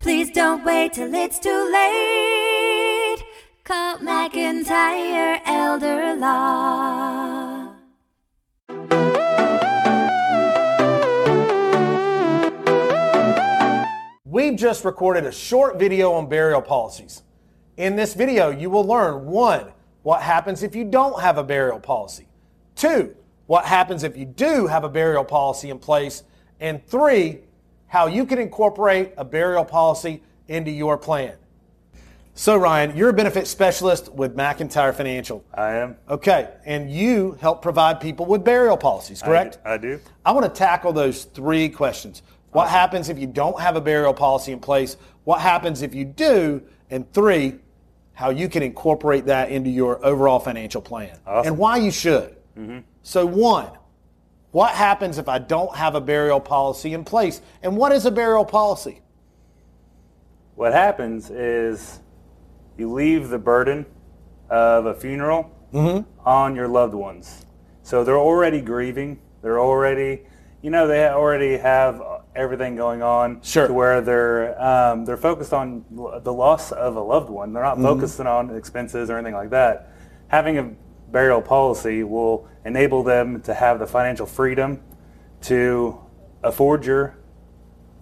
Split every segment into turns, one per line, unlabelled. Please don't wait till it's too late. Call McIntyre Elder Law.
We've just recorded a short video on burial policies. In this video, you will learn one, what happens if you don't have a burial policy, two, what happens if you do have a burial policy in place, and three, how you can incorporate a burial policy into your plan. So, Ryan, you're a benefit specialist with McIntyre Financial.
I am.
Okay, and you help provide people with burial policies, correct?
I do.
I want to tackle those three questions. What happens if you don't have a burial policy in place? What happens if you do? And three, how you can incorporate that into your overall financial plan and why you should. So, one, what happens if I don't have a burial policy in place? And what is a burial policy?
What happens is you leave the burden of a funeral on your loved ones. So they're already grieving. They're already, you know, they already have everything going on
Sure.
to where they're um, they're focused on l- the loss of a loved one. They're not focusing on expenses or anything like that. Having a burial policy will enable them to have the financial freedom to afford your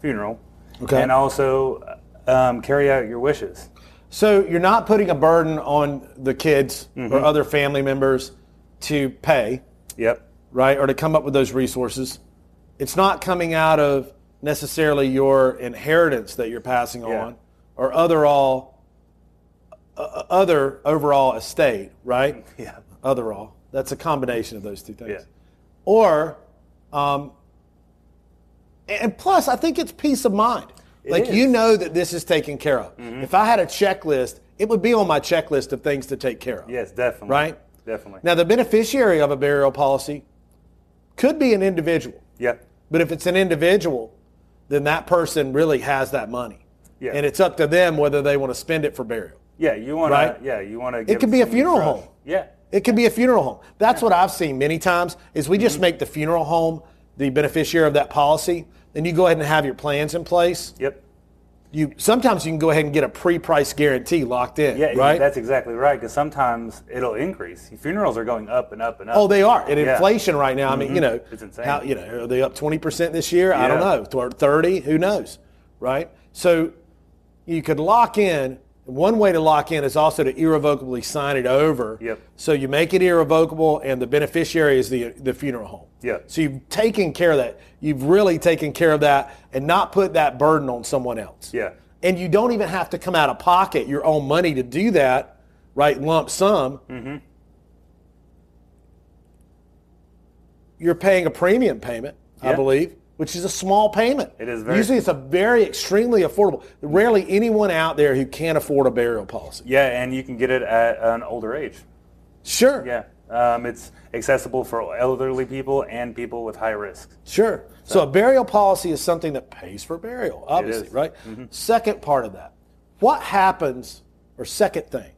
funeral
Okay.
and also um, carry out your wishes.
So you're not putting a burden on the kids or other family members to pay,
Yep.
right, or to come up with those resources. It's not coming out of necessarily your inheritance that you're passing
Yeah.
on or other all uh, other overall estate, right?
Yeah.
Other all. That's a combination of those two things.
Yeah.
Or um, and plus, I think it's peace of mind. like
is. Mm-hmm.
you know that this is taken care of. If I had a checklist, it would be on my checklist of things to take care of.
Yes, definitely.
Right?
Definitely.
Now, the beneficiary of a burial policy could be an individual,
yep.
but if it's an individual, then that person really has that money,
Yeah.
and it's up to them whether they want to spend it for burial.
Yeah, you want
Right?
to. Yeah, you want to.
It could be a funeral home.
Yeah.
It could be a funeral home. That's what I've seen many times is we
Mm-hmm.
just make the funeral home the beneficiary of that policy. Then you go ahead and have your plans in place.
Yep.
You sometimes you can go ahead and get a pre-price guarantee locked in.
Yeah,
right.
that's exactly right. Because sometimes it'll increase. Funerals are going up and up and up.
oh, they are. And
Yeah. Mm-hmm.
inflation right now. I mean, you know,
It's insane.
How, you know, are they up twenty percent this year? I don't
Yeah.
know. Toward thirty, who knows? Right. So you could lock in. One way to lock in is also to irrevocably sign it over.
Yep.
So you make it irrevocable, and the beneficiary is the the funeral home.
Yeah.
So you've taken care of that. You've really taken care of that, and not put that burden on someone else.
Yeah.
And you don't even have to come out of pocket your own money to do that, right? Lump sum.
Mm-hmm.
You're paying a premium payment, I
Yeah.
believe, which is a small payment.
It is very-
Usually, it's a very extremely affordable. Rarely anyone out there who can't afford a burial policy.
Yeah, and you can get it at an older age.
Sure.
Yeah. Um, it's accessible for elderly people and people with high risk.
Sure. So, a burial policy is something that pays for burial, obviously,
is.
right? Second part of that, what happens, or second thing,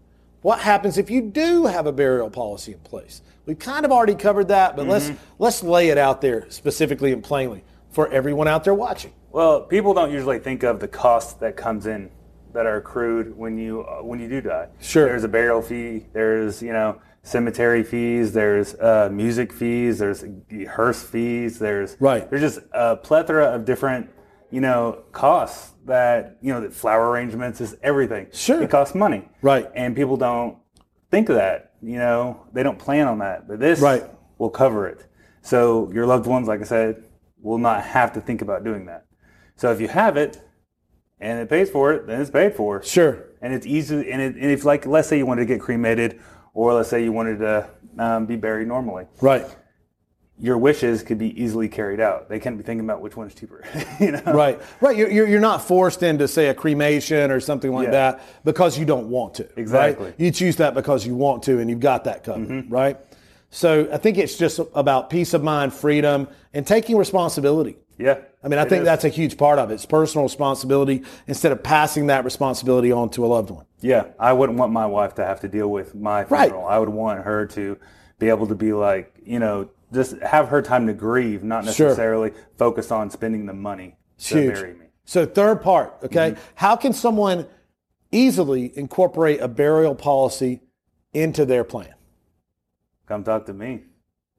what happens if you do have a burial policy in place? We've kind of already covered that, but let's let's lay it out there specifically and plainly for everyone out there watching.
Well, people don't usually think of the cost that comes in that are accrued when you uh, when you do die.
Sure.
There's a burial fee. There's you know cemetery fees. There's uh, music fees. There's hearse fees. There's
Right.
There's just a plethora of different you know costs that you know that flower arrangements is everything.
Sure.
It costs money.
Right.
And people don't think of that. You know they don't plan on that. But this
Right.
will cover it. So your loved ones, like I said, will not have to think about doing that. So if you have it and it pays for it, then it's paid for.
Sure.
And it's easy. And, it, and if, like, let's say you wanted to get cremated, or let's say you wanted to um, be buried normally,
Right.
your wishes could be easily carried out. They can't be thinking about which one's cheaper. you know?
Right. Right. You're, you're, you're not forced into, say, a cremation or something like
Yeah.
that because you don't want to. right?
Exactly. Mm-hmm.
You choose that because you want to and you've got that covered, right? So I think it's just about peace of mind, freedom, and taking responsibility.
Yeah.
I mean, I
It
think
is.
that's a huge part of it. It's personal responsibility instead of passing that responsibility on to a loved one.
Yeah, I wouldn't want my wife to have to deal with my
Right.
funeral. I would want her to be able to be like, you know, just have her time to grieve, not
Sure.
necessarily focus on spending the money
It's
to
huge.
bury me.
So third part, okay?
Mm-hmm.
How can someone easily incorporate a burial policy into their plan?
Come talk to me.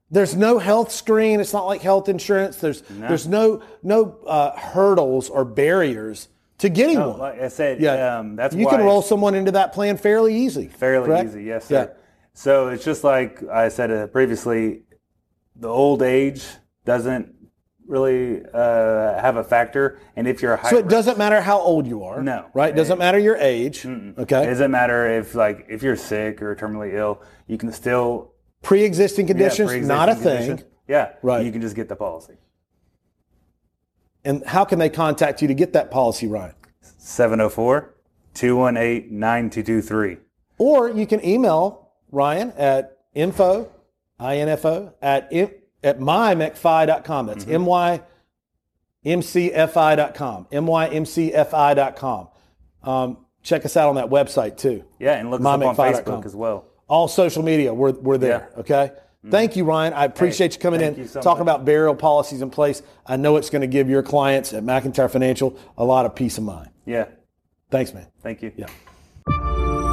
There's no health screen. It's not like health insurance. There's there's no no uh, hurdles or barriers to getting one.
Like I said,
yeah,
um, that's
you
why
can roll
it's
someone into that plan fairly easy.
fairly
correct?
easy. Yes,
Yeah.
sir. So it's just like I said uh, previously, the old age doesn't really uh, have a factor, and if you're a high
So it doesn't matter how old you are.
No.
Right? Doesn't matter your age. Okay.
It doesn't matter if like if you're sick or terminally ill, you can still
pre-existing
yeah,
conditions,
pre-existing
not a
condition.
thing.
Yeah,
Right.
You can just get the policy.
And how can they contact you to get that policy, Ryan?
704-218-9223.
Or you can email Ryan at info, info at in, at E mymcfi.com.
Mm-hmm.
That's m y m c f i dot com. m y m c f i dot com. Um, check us out on that website too.
Yeah, and look us up on
MyMcFly.com.
Facebook as well.
all social media we're, we're there
Yeah. Mm-hmm.
okay thank you ryan i appreciate you coming
thank
in
you so
talking
much.
about burial policies in place i know it's going to give your clients at mcintyre financial a lot of peace of mind
Yeah.
thanks man
Thank you.
yeah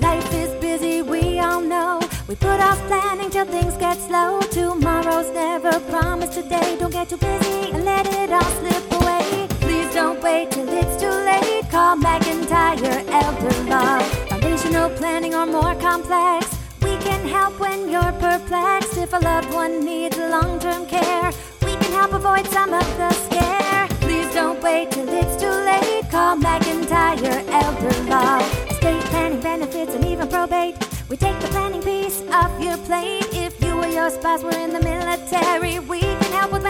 Life is busy, we all know. We put off planning till things get slow. Tomorrow's never promised today. Don't get too busy and let it all slip away. Please don't wait till it's too late. Call McIntyre Elder Law. Foundational planning or more complex. We can help when you're perplexed. If a loved one needs long term care, we can help avoid some of the scare. Please don't wait till it's too late. Call McIntyre Elder Law. Estate planning benefits and even probate. We take the planning piece off your plate. If you or your spouse were in the military, we can help with